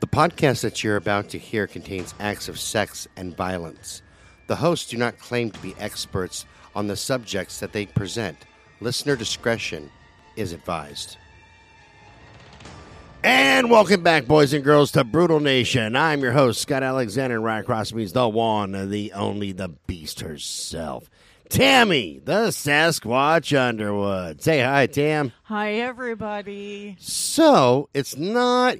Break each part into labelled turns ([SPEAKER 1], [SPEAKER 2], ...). [SPEAKER 1] The podcast that you're about to hear contains acts of sex and violence. The hosts do not claim to be experts on the subjects that they present. Listener discretion is advised. And welcome back, boys and girls, to Brutal Nation. I'm your host, Scott Alexander, and right across from me is the one, the only, the beast herself, Tammy, the Sasquatch Underwood. Say hi, Tam.
[SPEAKER 2] Hi, everybody.
[SPEAKER 1] So it's not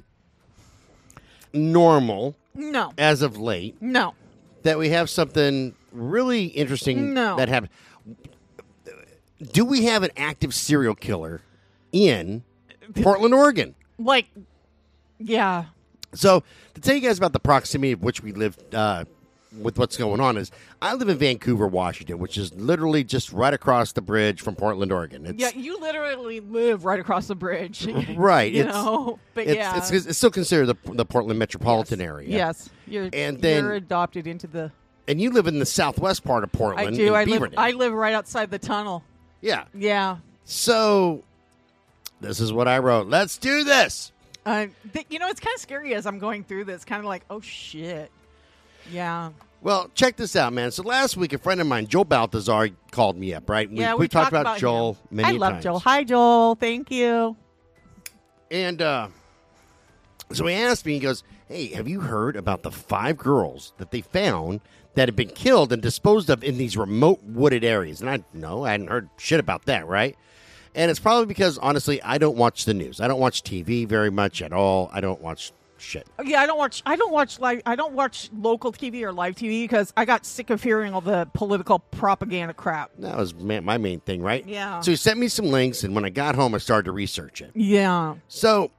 [SPEAKER 1] normal
[SPEAKER 2] No,
[SPEAKER 1] as of late
[SPEAKER 2] no.
[SPEAKER 1] that we have something really interesting
[SPEAKER 2] No.
[SPEAKER 1] that happened. Do we have an active serial killer in Portland, Oregon?
[SPEAKER 2] Like, yeah.
[SPEAKER 1] So to tell you guys about the proximity of which we live uh, with what's going on is I live in Vancouver, Washington, which is literally just right across the bridge from Portland, Oregon. It's,
[SPEAKER 2] Yeah, you literally live right across the bridge.
[SPEAKER 1] Right,
[SPEAKER 2] You
[SPEAKER 1] it's-
[SPEAKER 2] know, but
[SPEAKER 1] it's,
[SPEAKER 2] yeah.
[SPEAKER 1] it's, it's still considered the, the Portland metropolitan area.
[SPEAKER 2] Yes. You're,
[SPEAKER 1] And then-
[SPEAKER 2] you're adopted into the.
[SPEAKER 1] And you live in the southwest part of
[SPEAKER 2] I
[SPEAKER 1] Portland.
[SPEAKER 2] do.
[SPEAKER 1] in
[SPEAKER 2] I live,
[SPEAKER 1] Beaverton.
[SPEAKER 2] I live right outside the tunnel.
[SPEAKER 1] yeah.
[SPEAKER 2] Yeah.
[SPEAKER 1] So this is what I wrote. Let's do this.
[SPEAKER 2] Uh, th- you know, it's kind of scary as I'm going through this. Kind of like, oh, shit. Yeah.
[SPEAKER 1] Well, check this out, man. So last week, a friend of mine, Joel Balthazar, called me up. Right?
[SPEAKER 2] yeah,
[SPEAKER 1] we, have talked
[SPEAKER 2] talked
[SPEAKER 1] about,
[SPEAKER 2] him.
[SPEAKER 1] Joel many
[SPEAKER 2] I love
[SPEAKER 1] times.
[SPEAKER 2] Joel. Hi, Joel. Thank you.
[SPEAKER 1] And uh, so he asked me, he goes, Hey, have you heard about the five girls that they found that had been killed and disposed of in these remote wooded areas? And I no, I hadn't heard shit about that, right? And it's probably because honestly, I don't watch the news. I don't watch TV very much at all. I don't watch shit.
[SPEAKER 2] Yeah, I don't watch. I don't watch live. I don't watch local TV or live TV because I got sick of hearing all the political propaganda crap.
[SPEAKER 1] That was ma- my main thing, right?
[SPEAKER 2] Yeah.
[SPEAKER 1] So he sent me some links, and when I got home, I started to research it.
[SPEAKER 2] Yeah.
[SPEAKER 1] So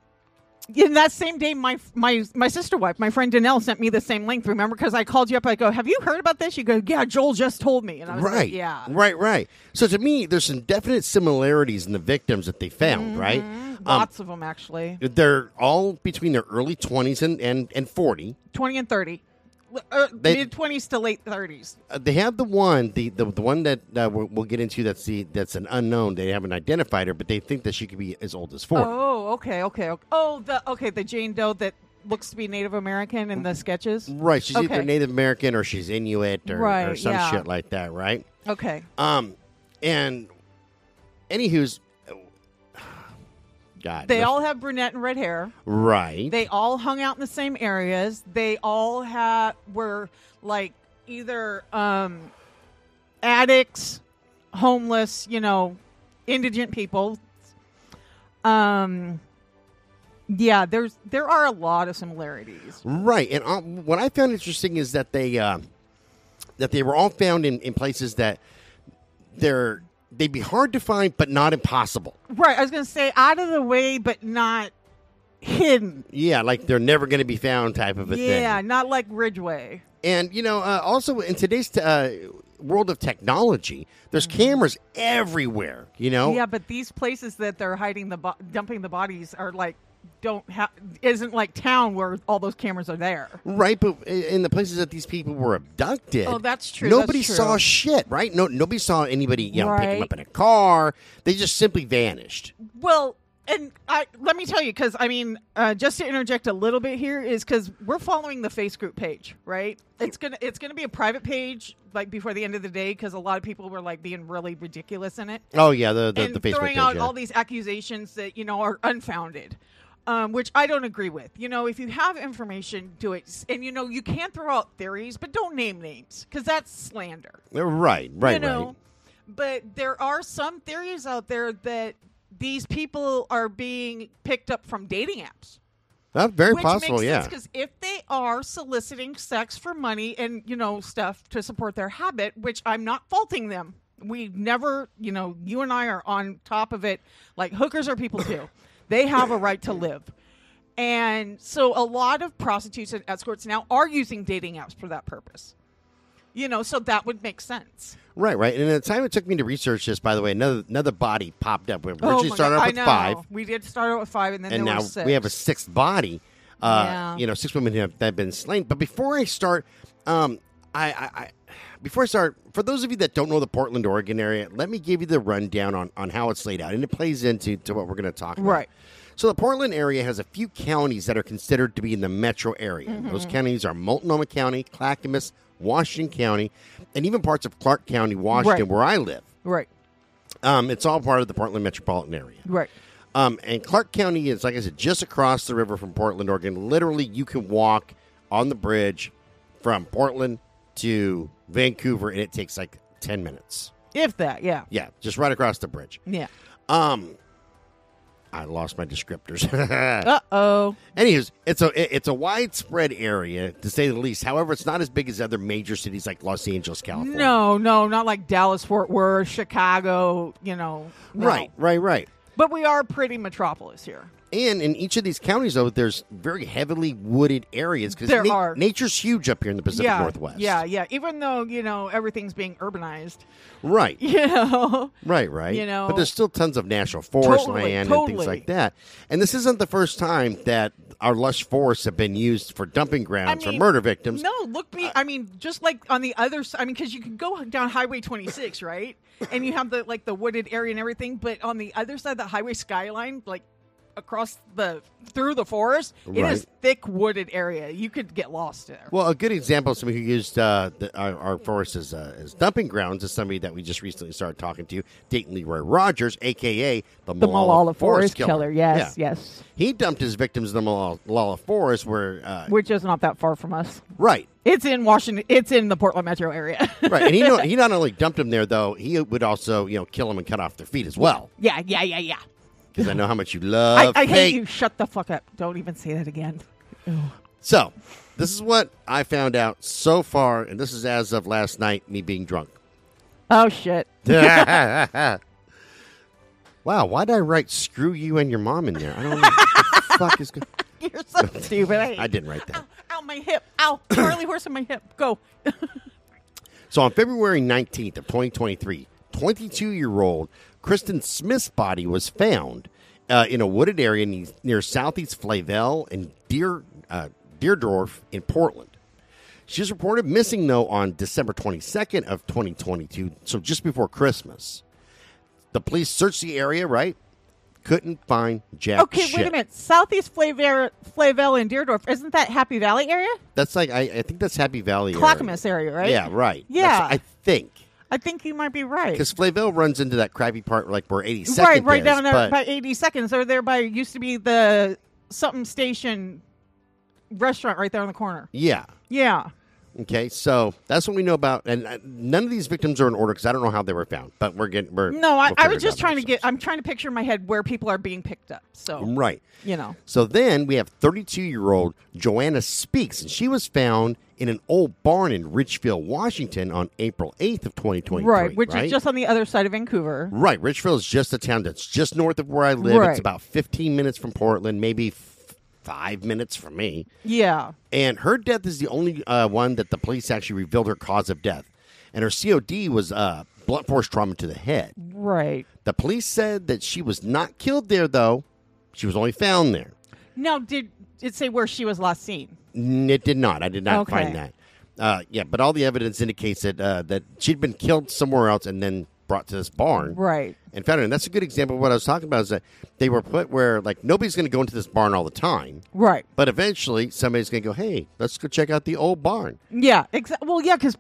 [SPEAKER 2] In that same day, my my my sister wife, my friend Danelle, sent me the same link. Remember, because I called you up. I go, "Have you heard about this?" You go, "Yeah, Joel just told me." And I was
[SPEAKER 1] right,
[SPEAKER 2] like, "Yeah,
[SPEAKER 1] right, right. So to me, there's some definite similarities in the victims that they
[SPEAKER 2] Mm-hmm.
[SPEAKER 1] found, right? Um,
[SPEAKER 2] lots of them actually,
[SPEAKER 1] they're all between their early 20s and, and, and 40.
[SPEAKER 2] twenty and thirty, uh,
[SPEAKER 1] They-
[SPEAKER 2] mid twenties to late thirties.
[SPEAKER 1] Uh, they have the one, the, the, the one that uh, we'll, we'll get into that's the that's an unknown. They haven't identified her, but they think that she could be as old as 40.
[SPEAKER 2] Oh, okay, okay, okay. Oh, the okay, the Jane Doe that looks to be Native American in the sketches.
[SPEAKER 1] Right. She's either
[SPEAKER 2] Okay.
[SPEAKER 1] Native American or she's Inuit or, or
[SPEAKER 2] Right,
[SPEAKER 1] some
[SPEAKER 2] yeah.
[SPEAKER 1] shit like that, right?
[SPEAKER 2] Okay.
[SPEAKER 1] Um, And, anywho's. God.
[SPEAKER 2] They
[SPEAKER 1] this-
[SPEAKER 2] all have brunette and red hair.
[SPEAKER 1] Right.
[SPEAKER 2] They all hung out in the same areas. They all had were like either um, addicts, homeless, you know, indigent people. Um, yeah, there's there are a lot of similarities.
[SPEAKER 1] Right, and um, what I found interesting is that they uh, that they were all found in, in places that they're they'd be hard to find, but not impossible.
[SPEAKER 2] Right, I was gonna say out of the way, but not hidden.
[SPEAKER 1] Yeah, like they're never going to be found type of a
[SPEAKER 2] yeah,
[SPEAKER 1] thing.
[SPEAKER 2] not like Ridgeway.
[SPEAKER 1] And you know, uh, also in today's t- uh, world of technology, there's cameras everywhere. You know,
[SPEAKER 2] Mm-hmm. Yeah, but these places that they're hiding the bo- dumping the bodies are like don't have isn't like town where all those cameras are there.
[SPEAKER 1] right? But i- in the places that these people were abducted,
[SPEAKER 2] Oh, that's true, that's
[SPEAKER 1] Nobody
[SPEAKER 2] true.
[SPEAKER 1] saw shit, right? No, nobody saw anybody. You know, pick them
[SPEAKER 2] Right.
[SPEAKER 1] up in a car. They just simply vanished.
[SPEAKER 2] Well, and I let me tell you because I mean, uh, just to interject a little bit here is because we're following the face group page, right? It's gonna it's gonna be a private page like before the end of the day because a lot of people were like being really ridiculous in it.
[SPEAKER 1] Oh yeah, the the,
[SPEAKER 2] and
[SPEAKER 1] the Facebook
[SPEAKER 2] throwing
[SPEAKER 1] page,
[SPEAKER 2] out
[SPEAKER 1] yeah.
[SPEAKER 2] all these accusations that you know are unfounded um, which i don't agree with you know if you have information do it S- and you know you can throw out theories but don't name names because that's slander
[SPEAKER 1] Uh, Right, right,
[SPEAKER 2] you know
[SPEAKER 1] right.
[SPEAKER 2] but there are some theories out there that these people are being picked up from dating apps
[SPEAKER 1] That's Uh, very
[SPEAKER 2] which
[SPEAKER 1] possible,
[SPEAKER 2] makes
[SPEAKER 1] yeah.
[SPEAKER 2] because if they are soliciting sex for money and you know stuff to support their habit, which I'm not faulting them. We never, you know, you and I are on top of it. Like hookers are people too; they have a right to live. And so, a lot of prostitutes and escorts now are using dating apps for that purpose. You know, so that would make sense.
[SPEAKER 1] Right, right. And at the time it took me to research this, by the way, another another body popped up. We
[SPEAKER 2] Oh
[SPEAKER 1] originally
[SPEAKER 2] my
[SPEAKER 1] started
[SPEAKER 2] God,
[SPEAKER 1] off
[SPEAKER 2] I
[SPEAKER 1] with
[SPEAKER 2] know.
[SPEAKER 1] five,
[SPEAKER 2] We did start out with five, and then
[SPEAKER 1] and
[SPEAKER 2] there
[SPEAKER 1] now
[SPEAKER 2] were six.
[SPEAKER 1] we have a sixth body. Uh,
[SPEAKER 2] Yeah.
[SPEAKER 1] You know, six women who have, that have been slain. But before I start, um, I, I, I, before I start, for those of you that don't know the Portland, Oregon area, let me give you the rundown on, on how it's laid out, and it plays into to what we're going to talk about.
[SPEAKER 2] Right.
[SPEAKER 1] So the Portland area has a few counties that are considered to be in the metro area. Those
[SPEAKER 2] Mm-hmm.
[SPEAKER 1] counties are Multnomah County, Clackamas, Washington County, and even parts of Clark County, Washington,
[SPEAKER 2] Right.
[SPEAKER 1] where I live.
[SPEAKER 2] Right.
[SPEAKER 1] Um, it's all part of the Portland metropolitan area.
[SPEAKER 2] Right.
[SPEAKER 1] Um, and Clark County is, like I said, just across the river from Portland, Oregon. Literally, you can walk on the bridge from Portland to Vancouver, and it takes like 10 minutes.
[SPEAKER 2] If that. Yeah.
[SPEAKER 1] Yeah, just right across the bridge.
[SPEAKER 2] Yeah.
[SPEAKER 1] Um, I lost my descriptors.
[SPEAKER 2] Uh oh.
[SPEAKER 1] Anyways, it's a it- it's a widespread area to say the least. However, it's not as big as other major cities like Los Angeles, California.
[SPEAKER 2] No, no, not like Dallas, Fort Worth, Chicago. You know. no.
[SPEAKER 1] right, right, right.
[SPEAKER 2] But we are a pretty metropolis here.
[SPEAKER 1] And in each of these counties, though, there's very heavily wooded areas because
[SPEAKER 2] There are.
[SPEAKER 1] nature's huge up here in the Pacific
[SPEAKER 2] yeah.
[SPEAKER 1] Northwest.
[SPEAKER 2] Yeah. Yeah. Even though you know everything's being urbanized,
[SPEAKER 1] right,
[SPEAKER 2] you know.
[SPEAKER 1] right, right.
[SPEAKER 2] You know-
[SPEAKER 1] but there's still tons of national forest
[SPEAKER 2] Totally,
[SPEAKER 1] land and
[SPEAKER 2] totally.
[SPEAKER 1] things like that. And this isn't the first time that our lush forests have been used for dumping grounds for
[SPEAKER 2] mean,
[SPEAKER 1] murder victims.
[SPEAKER 2] No, look me. I mean, just like on the other side. I mean, because you can go down Highway 26, right? And you have the like the wooded area and everything. But on the other side of the highway skyline, like across the through the forest, it is
[SPEAKER 1] Right.
[SPEAKER 2] thick wooded area. You could get lost there.
[SPEAKER 1] Well, a good example of somebody who used uh, the, our, our forests as, uh, as dumping grounds is somebody that we just recently started talking to, Dayton Leroy Rogers, a.k.a. the,
[SPEAKER 3] The
[SPEAKER 1] Malala,
[SPEAKER 3] Malala
[SPEAKER 1] Forest,
[SPEAKER 3] Forest Killer. Yes,
[SPEAKER 1] Yeah.
[SPEAKER 3] yes.
[SPEAKER 1] He dumped his victims in the Malala, Malala Forest where, uh,
[SPEAKER 2] Which is not that far from us.
[SPEAKER 1] right,
[SPEAKER 2] It's in Washington. It's in the Portland metro area.
[SPEAKER 1] right. And he, no, he not only dumped them there, though, he would also, you know, kill them and cut off their feet as well.
[SPEAKER 2] yeah, yeah, yeah, yeah.
[SPEAKER 1] Because I know how much you
[SPEAKER 2] I,
[SPEAKER 1] love
[SPEAKER 2] I hate
[SPEAKER 1] fake.
[SPEAKER 2] you. Shut the fuck up. Don't even say that again.
[SPEAKER 1] So, this is what I found out so far, and this is as of last night, me being drunk.
[SPEAKER 3] Oh shit.
[SPEAKER 1] wow, why did I write "screw you" and your mom in there? I don't know. what the fuck is go-
[SPEAKER 2] You're so stupid. I,
[SPEAKER 1] I didn't write that.
[SPEAKER 2] Ow, my hip. Ow. Charlie horse in my hip. Go.
[SPEAKER 1] So on February 19th of 2023, 22-year-old Kristen Smith's body was found uh, in a wooded area ne- near Southeast Flavel and Deer uh, Deerdorf in Portland. She was reported missing though on December 22nd of 2022, so just before Christmas. The police searched the area, right? Couldn't find jack
[SPEAKER 2] Okay,
[SPEAKER 1] Oh, shit.
[SPEAKER 2] wait a minute. Southeast Flavel, Flavel and Deerdorf, isn't that Happy Valley area?
[SPEAKER 1] That's like I, I think that's Happy Valley.
[SPEAKER 2] Clackamas area, right?
[SPEAKER 1] area. Yeah, right.
[SPEAKER 2] Yeah.
[SPEAKER 1] That's- I think
[SPEAKER 2] I think you might be right.
[SPEAKER 1] because Flayville runs into that crappy part like where 82nd
[SPEAKER 2] Right, right
[SPEAKER 1] is,
[SPEAKER 2] down there
[SPEAKER 1] but
[SPEAKER 2] by 80 seconds or there by used to be the something station restaurant right there on the corner.
[SPEAKER 1] yeah.
[SPEAKER 2] Yeah.
[SPEAKER 1] Okay, so that's what we know about, and uh, none of these victims are in order because I don't know how they were found, but we're getting we're
[SPEAKER 2] No, I,
[SPEAKER 1] we'll
[SPEAKER 2] I
[SPEAKER 1] figure it
[SPEAKER 2] was just
[SPEAKER 1] out
[SPEAKER 2] trying to get,
[SPEAKER 1] ourselves.
[SPEAKER 2] I'm trying to picture in my head where people are being picked up. So,
[SPEAKER 1] right.
[SPEAKER 2] you know.
[SPEAKER 1] So then we have 32 year old Joanna Speaks, and she was found in an old barn in Richfield, Washington, on April 8th of 2023.
[SPEAKER 2] Right, which
[SPEAKER 1] right?
[SPEAKER 2] is just on the other side of Vancouver.
[SPEAKER 1] Right, Richfield is just a town that's just north of where I live.
[SPEAKER 2] Right.
[SPEAKER 1] It's about 15 minutes from Portland, maybe f- five minutes from me.
[SPEAKER 2] Yeah.
[SPEAKER 1] And her death is the only uh, one that the police actually revealed her cause of death. And her COD was uh, blunt force trauma to the head.
[SPEAKER 2] Right.
[SPEAKER 1] The police said that she was not killed there, though. She was only found there.
[SPEAKER 2] Now, did it say where she was last seen?
[SPEAKER 1] N- It did not. I did not
[SPEAKER 2] Okay.
[SPEAKER 1] find that. Uh, yeah, but all the evidence indicates that uh, that she'd been killed somewhere else and then brought to this barn.
[SPEAKER 2] Right.
[SPEAKER 1] and found it. And that's a good example of what I was talking about is that they were put where like nobody's going to go into this barn all the time,
[SPEAKER 2] Right.
[SPEAKER 1] but eventually somebody's going to go, hey, let's go check out the old barn.
[SPEAKER 2] Yeah, exactly. Well, yeah, because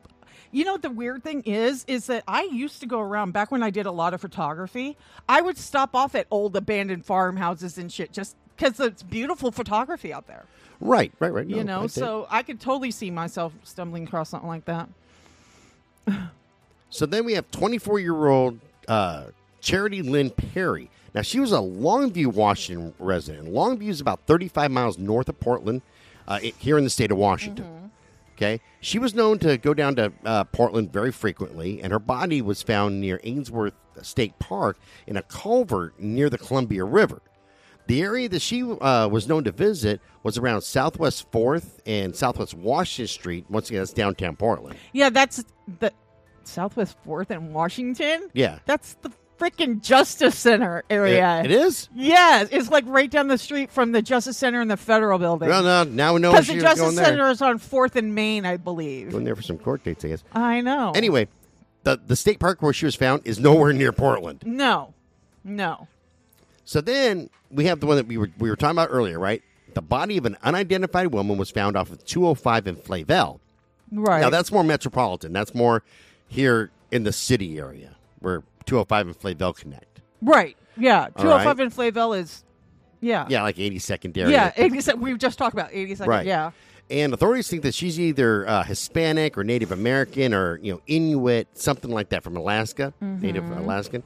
[SPEAKER 2] you know what the weird thing is, is that I used to go around back when I did a lot of photography. I would stop off at old abandoned farmhouses and shit just because it's beautiful photography out there.
[SPEAKER 1] Right, right, right. No,
[SPEAKER 2] you know,
[SPEAKER 1] Oh, right there.
[SPEAKER 2] so I could totally see myself stumbling across something like that.
[SPEAKER 1] so then we have 24 year old uh, Charity Lynn Perry. Now she was a Longview, Washington resident. Longview is about 35 miles north of Portland, uh, i- here in the state of Washington.
[SPEAKER 2] Mm-hmm.
[SPEAKER 1] Okay, she was known to go down to uh, Portland very frequently, and her body was found near Ainsworth State Park in a culvert near the Columbia River. The area that she uh, was known to visit was around Southwest Fourth and Southwest Washington Street. Once again, that's downtown Portland.
[SPEAKER 2] Yeah, that's the Southwest Fourth in Washington.
[SPEAKER 1] Yeah,
[SPEAKER 2] That's the freaking Justice Center area.
[SPEAKER 1] It- it is.
[SPEAKER 2] Yes, it's like right down the street from the Justice Center and the Federal Building.
[SPEAKER 1] Well, no, now we know
[SPEAKER 2] Because
[SPEAKER 1] she
[SPEAKER 2] the
[SPEAKER 1] was
[SPEAKER 2] Justice
[SPEAKER 1] going there.
[SPEAKER 2] Center is on Fourth and Main, I believe.
[SPEAKER 1] Going there for some court dates, I guess.
[SPEAKER 2] I know.
[SPEAKER 1] Anyway, the the state park where she was found is nowhere near Portland.
[SPEAKER 2] no, no.
[SPEAKER 1] So then we have the one that we were we were talking about earlier, right? The body of an unidentified woman was found off of 205 in Flavel.
[SPEAKER 2] Right.
[SPEAKER 1] Now that's more metropolitan. That's more here in the city area where 205 and Flavel connect.
[SPEAKER 2] right. Yeah.
[SPEAKER 1] All
[SPEAKER 2] 205
[SPEAKER 1] right.
[SPEAKER 2] in Flavel is, yeah.
[SPEAKER 1] Yeah, like 82nd area.
[SPEAKER 2] Yeah. 80 sec- We've just talked about 80 seconds.
[SPEAKER 1] Right.
[SPEAKER 2] Yeah.
[SPEAKER 1] And authorities think that she's either uh, Hispanic or Native American or you know Inuit, something like that from Alaska,
[SPEAKER 2] Mm-hmm.
[SPEAKER 1] Native Alaskan.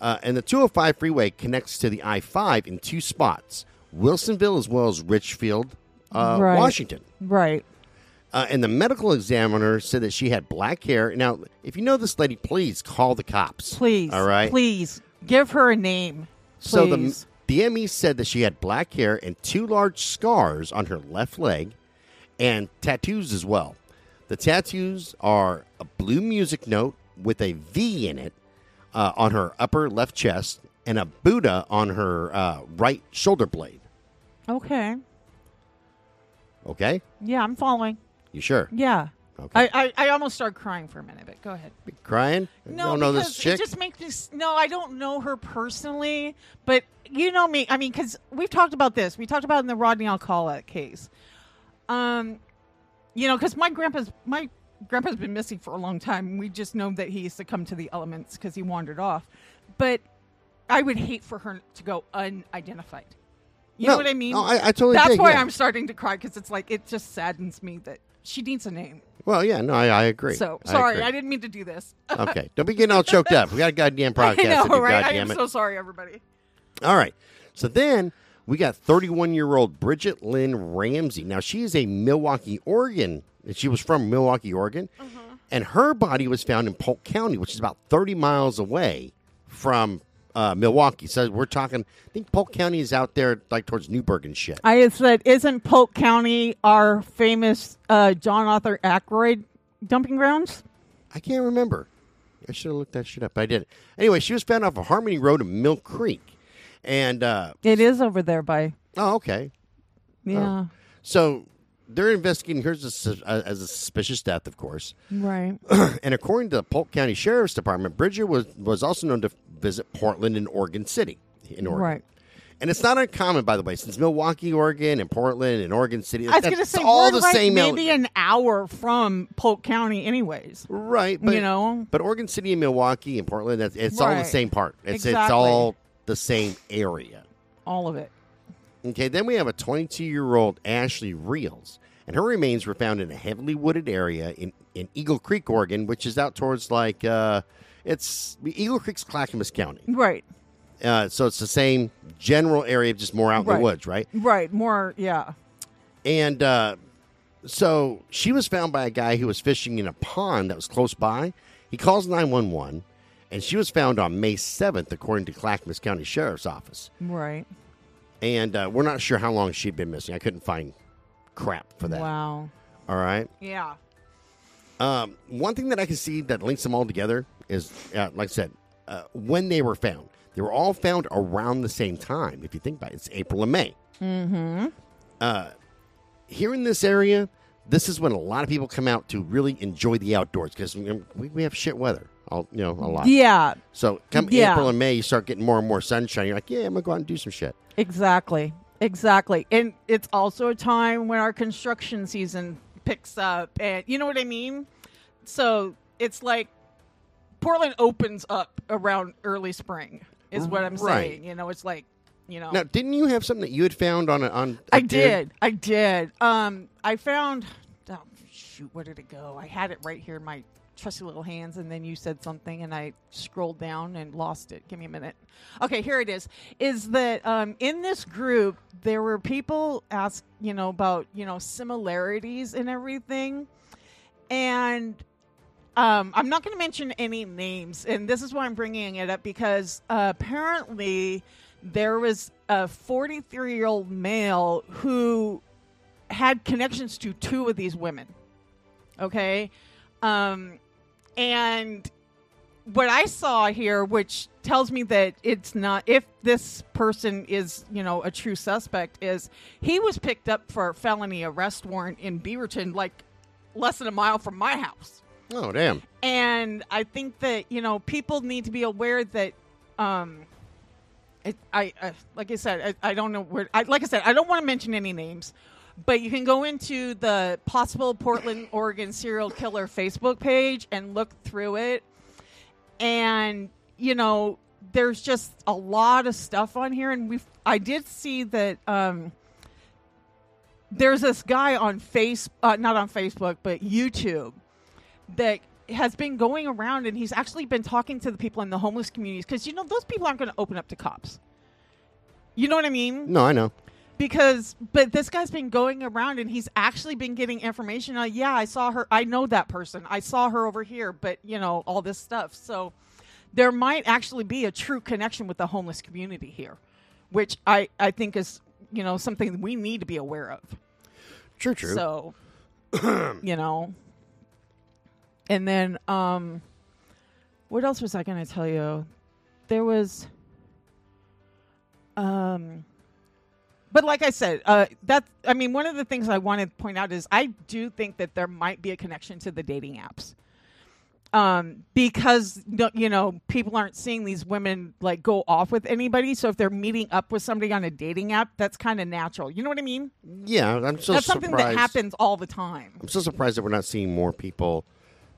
[SPEAKER 1] Uh, and the 205 freeway connects to the I-5 in two spots: Wilsonville as well as Richfield, uh,
[SPEAKER 3] Right.
[SPEAKER 1] Washington.
[SPEAKER 3] Right.
[SPEAKER 1] Uh, and the medical examiner said that she had black hair. Now, if you know this lady, please call the cops.
[SPEAKER 2] Please.
[SPEAKER 1] All right.
[SPEAKER 2] Please give her a name.
[SPEAKER 1] So the
[SPEAKER 2] Please.
[SPEAKER 1] the ME said that she had black hair and two large scars on her left leg, and tattoos as well. The tattoos are a blue music note with a V in it uh, on her upper left chest and a Buddha on her uh, right shoulder blade.
[SPEAKER 2] Okay.
[SPEAKER 1] Okay,
[SPEAKER 2] Yeah. I'm following.
[SPEAKER 1] you sure?
[SPEAKER 2] Yeah.
[SPEAKER 1] Okay,
[SPEAKER 2] I, I, I almost started crying for a minute, but go ahead.
[SPEAKER 1] crying?
[SPEAKER 2] No,
[SPEAKER 1] don't know
[SPEAKER 2] because
[SPEAKER 1] this chick.
[SPEAKER 2] it just makes me. s- No, I don't know her personally, but you know me. I mean, because we've talked about this. We talked about it in the Rodney Alcala case. Um, you know, because my grandpa's my grandpa's been missing for a long time. We just know that he succumbed to the elements because he wandered off. But I would hate for her to go unidentified. You
[SPEAKER 1] No,
[SPEAKER 2] know what I mean?
[SPEAKER 1] no, I- I totally
[SPEAKER 2] That's
[SPEAKER 1] dig,
[SPEAKER 2] why
[SPEAKER 1] yeah.
[SPEAKER 2] I'm starting to cry because it's like it just saddens me that she needs a name.
[SPEAKER 1] well, yeah, no, I, I agree.
[SPEAKER 2] So sorry,
[SPEAKER 1] agree.
[SPEAKER 2] I didn't mean to do this.
[SPEAKER 1] okay, don't be getting all choked up. We got a goddamn podcast.
[SPEAKER 2] I
[SPEAKER 1] to
[SPEAKER 2] know,
[SPEAKER 1] do,
[SPEAKER 2] right? I
[SPEAKER 1] goddamn
[SPEAKER 2] am
[SPEAKER 1] it.
[SPEAKER 2] so sorry, everybody.
[SPEAKER 1] All right. So then we got 31 year old Bridget Lynn Ramsey. Now she is a Milwaukee, Oregon. She was from Milwaukee, Oregon. And her body was found in Polk County, which is about 30 miles away from uh, Milwaukee. So we're talking, I think Polk County is out there like towards Newburgh and shit.
[SPEAKER 2] I had said, isn't Polk County our famous uh, John Arthur Ackroyd dumping grounds?
[SPEAKER 1] I can't remember. I should have looked that shit up. but I didn't. Anyway, she was found off of Harmony Road in Mill Creek. And, uh,
[SPEAKER 3] It is over there by.
[SPEAKER 1] oh, okay.
[SPEAKER 2] Yeah,
[SPEAKER 1] So they're investigating her as a, sus- uh, as a suspicious death, of course.
[SPEAKER 3] Right.
[SPEAKER 1] and according to the Polk County Sheriff's Department, Bridger was, was also known to visit Portland and Oregon City in Oregon.
[SPEAKER 3] Right.
[SPEAKER 1] And it's not uncommon, by the way, since Milwaukee, Oregon, and Portland and Oregon City,
[SPEAKER 2] I was
[SPEAKER 1] that's
[SPEAKER 2] going to say
[SPEAKER 1] all
[SPEAKER 2] we're
[SPEAKER 1] the
[SPEAKER 2] like
[SPEAKER 1] same. al-
[SPEAKER 2] maybe an hour from Polk County, anyways.
[SPEAKER 1] right, but
[SPEAKER 2] you know?
[SPEAKER 1] but Oregon City and Milwaukee and Portland, that's, it's all the
[SPEAKER 2] Right.
[SPEAKER 1] same part. It's it's
[SPEAKER 2] Exactly.
[SPEAKER 1] all the same area.
[SPEAKER 2] All of it.
[SPEAKER 1] Okay, then we have a 22 year old Ashley Reels, and her remains were found in a heavily wooded area in, in Eagle Creek, Oregon, which is out towards like, uh, it's Eagle Creek's Clackamas County.
[SPEAKER 2] Right,
[SPEAKER 1] Uh, so it's the same general area, just more out in
[SPEAKER 2] Right.
[SPEAKER 1] the woods, right?
[SPEAKER 2] right. More, yeah.
[SPEAKER 1] And uh, so she was found by a guy who was fishing in a pond that was close by. He calls 911, and she was found on May 7th, according to Clackamas County Sheriff's Office.
[SPEAKER 2] Right.
[SPEAKER 1] And uh, we're not sure how long she'd been missing. I couldn't find crap for that.
[SPEAKER 2] Wow.
[SPEAKER 1] All right.
[SPEAKER 2] Yeah.
[SPEAKER 1] Um, one thing that I can see that links them all together is, uh, like I said, uh, when they were found. They were all found around the same time. If you think about it, it's April and May. Mm-hmm. Uh, here in this area, this is when a lot of people come out to really enjoy the outdoors because we, we have shit weather. All, you know, a lot.
[SPEAKER 2] Yeah.
[SPEAKER 1] So come
[SPEAKER 2] Yeah.
[SPEAKER 1] April and May, you start getting more and more sunshine. You're like, yeah, I'm gonna go out and do some shit.
[SPEAKER 2] Exactly. Exactly. And it's also a time when our construction season picks up and you know what I mean? So it's like Portland opens up around early spring is what I'm
[SPEAKER 1] Right.
[SPEAKER 2] saying. You know, it's like, you know,
[SPEAKER 1] Now, didn't you have something that you had found on a, on? a
[SPEAKER 2] I
[SPEAKER 1] dude?
[SPEAKER 2] did. I did. Um, I found. Oh, shoot, where did it go? I had it right here in my trusty little hands, and then you said something, and I scrolled down and lost it. Give me a minute. Okay, here it is. Is that um, in this group there were people ask you know about you know similarities and everything, and um, I'm not going to mention any names, and this is why I'm bringing it up because uh, apparently there was a 43 year old male who had connections to two of these women. Okay. Um, and what I saw here, which tells me that it's not, if this person is, you know, a true suspect, is he was picked up for a felony arrest warrant in Beaverton, like less than a mile from my house.
[SPEAKER 1] Oh damn.
[SPEAKER 2] And I think that, you know, people need to be aware that um, It, I, I like I said, I, I don't know where. I, like I said, I don't want to mention any names, but you can go into the possible Portland, Oregon serial killer Facebook page and look through it, and you know there's just a lot of stuff on here, and we I did see that. Um, there's this guy on face uh, not on facebook but youtube that has been going around and he's actually been talking to the people in the homeless communities because you know those people aren't going to open up to cops you know what i mean
[SPEAKER 1] No, I know.
[SPEAKER 2] because but this guy's been going around and he's actually been getting information on yeah i saw her i know that person i saw her over here but you know all this stuff so there might actually be a true connection with the homeless community here which i i think is you know something we need to be aware of
[SPEAKER 1] True, true.
[SPEAKER 2] so, you know. And then um what else was I going to tell you? There was um but like I said, uh that I mean one of the things I want to point out is I do think that there might be a connection to the dating apps. Um, because no- you know people aren't seeing these women like go off with anybody, so if they're meeting up with somebody on a dating app, that's kind of natural. You know what I mean?
[SPEAKER 1] yeah, I'm so surprised.
[SPEAKER 2] that's something that happens all the time.
[SPEAKER 1] I'm so surprised that we're not seeing more people.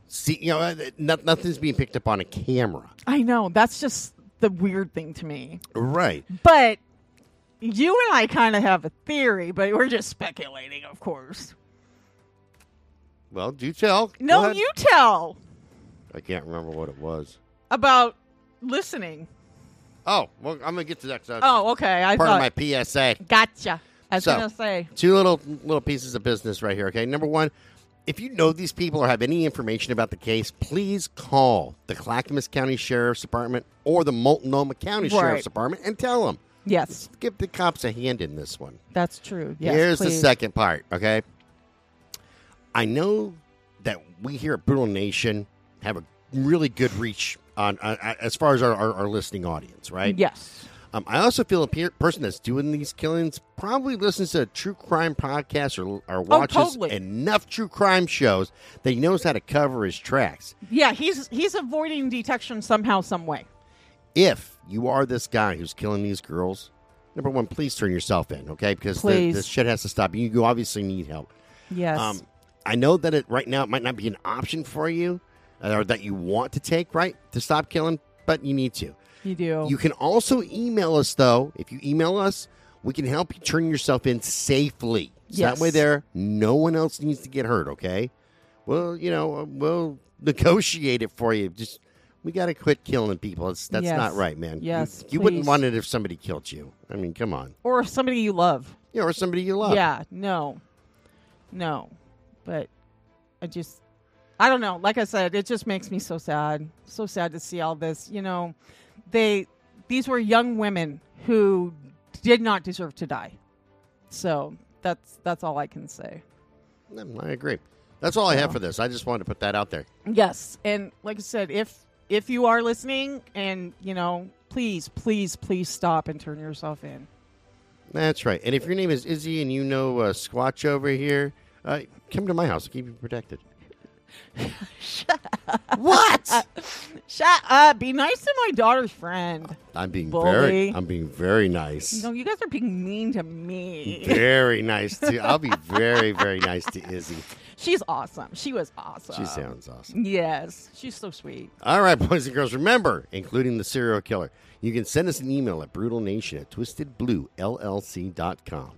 [SPEAKER 1] See, you know, uh, no, nothing's being picked up on a camera.
[SPEAKER 2] I know. That's just the weird thing to me.
[SPEAKER 1] Right.
[SPEAKER 2] But you and I kind of have a theory, but we're just speculating, of course.
[SPEAKER 1] Well, do tell. Go
[SPEAKER 2] No,
[SPEAKER 1] ahead.
[SPEAKER 2] you tell
[SPEAKER 1] I can't remember what it was.
[SPEAKER 2] about listening.
[SPEAKER 1] Oh, well, I'm gonna get to that. 'cause That's
[SPEAKER 2] Oh, okay. I
[SPEAKER 1] part
[SPEAKER 2] thought.
[SPEAKER 1] of my PSA.
[SPEAKER 2] gotcha. I was
[SPEAKER 1] So-
[SPEAKER 2] gonna say.
[SPEAKER 1] Two little little pieces of business right here. Okay, number one, if you know these people or have any information about the case, please call the Clackamas County Sheriff's Department or the Multnomah County
[SPEAKER 2] Right.
[SPEAKER 1] Sheriff's Department and tell them.
[SPEAKER 2] Yes,
[SPEAKER 1] Give the cops a hand in this one.
[SPEAKER 2] that's true. Yes,
[SPEAKER 1] Here's the
[SPEAKER 2] please.
[SPEAKER 1] second part, okay? I know that we here at Brutal Nation have a really good reach on uh, as far as our, our, our listening audience, right?
[SPEAKER 2] Yes.
[SPEAKER 1] Um, I also feel a pe- person that's doing these killings probably listens to a true crime podcast or, or watches
[SPEAKER 2] Oh, totally.
[SPEAKER 1] enough true crime shows that he knows how to cover his tracks.
[SPEAKER 2] Yeah, he's he's avoiding detection somehow, some way.
[SPEAKER 1] If you are this guy who's killing these girls, number one, please turn yourself in, okay? Because the,
[SPEAKER 2] Please.
[SPEAKER 1] this shit has to stop. You, you obviously need help.
[SPEAKER 2] Yes.
[SPEAKER 1] Um, I know that it right now it might not be an option for you, uh, or that you want to take right to stop killing, but you need to.
[SPEAKER 2] you do.
[SPEAKER 1] You can also email us though. If you email us, we can help you turn yourself in safely. So
[SPEAKER 2] Yes.
[SPEAKER 1] That way, there no one else needs to get hurt. Okay. Well, you know, uh, we'll negotiate it for you. Just we got to quit killing people. It's, that's
[SPEAKER 2] Yes.
[SPEAKER 1] not right, man. You-
[SPEAKER 2] Yes,
[SPEAKER 1] you, wouldn't
[SPEAKER 2] please.
[SPEAKER 1] want it if somebody killed you. I mean, come on.
[SPEAKER 2] or somebody you love.
[SPEAKER 1] You know, or somebody you love.
[SPEAKER 2] Yeah, no, no, but I just, I don't know. Like I said, it just makes me so sad, so sad to see all this. You know, they, these were young women who did not deserve to die. So that's that's all I can say.
[SPEAKER 1] Mm, I agree. That's all I have for this. I just wanted to put that out there.
[SPEAKER 2] Yes, and like I said, if if you are listening, and you know, please, please, please stop and turn yourself in.
[SPEAKER 1] That's right. And if your name is Izzy and you know uh, Squatch over here, uh, come to my house. I'll keep you protected. What?
[SPEAKER 2] Shut up. Be nice to my daughter's friend.
[SPEAKER 1] I'm being
[SPEAKER 2] Bully.
[SPEAKER 1] very. I'm being very nice.
[SPEAKER 2] No, you guys are being mean to me.
[SPEAKER 1] Very nice to. I'll be very very nice to Izzy.
[SPEAKER 2] She's awesome. She was awesome.
[SPEAKER 1] She sounds awesome.
[SPEAKER 2] Yes, she's so sweet.
[SPEAKER 1] All right, boys and girls, remember, including the serial killer, you can send us an email at brutalnation at twistedbluellc.com.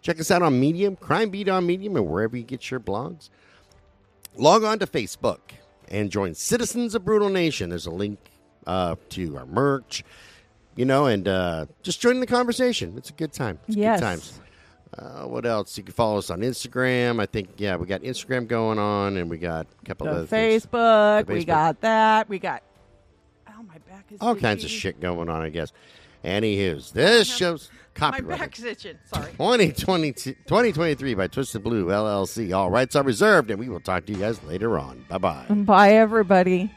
[SPEAKER 1] Check us out on Medium, Crime Beat on Medium, and wherever you get your blogs. Log on to Facebook and join Citizens of Brutal Nation. There's a link uh, to our merch, you know, and uh, just join the conversation. It's a good time. It's
[SPEAKER 3] Yes.
[SPEAKER 1] good times. Uh, what else? You can follow us on Instagram. I think, yeah, we got Instagram going on, and we got a couple
[SPEAKER 2] The
[SPEAKER 1] of Oh,
[SPEAKER 2] Facebook,
[SPEAKER 1] The
[SPEAKER 2] we
[SPEAKER 1] Facebook.
[SPEAKER 2] got that. We got. Oh, my back is
[SPEAKER 1] all kinds of
[SPEAKER 2] itchy.
[SPEAKER 1] shit going on, I guess. Anywho's, this show's
[SPEAKER 2] My
[SPEAKER 1] copyright
[SPEAKER 2] back's itching. Sorry.
[SPEAKER 1] 2022 2023 by Twisted Blue LLC. All rights are reserved, and we will talk to you guys later on. Bye bye.
[SPEAKER 3] Bye, everybody.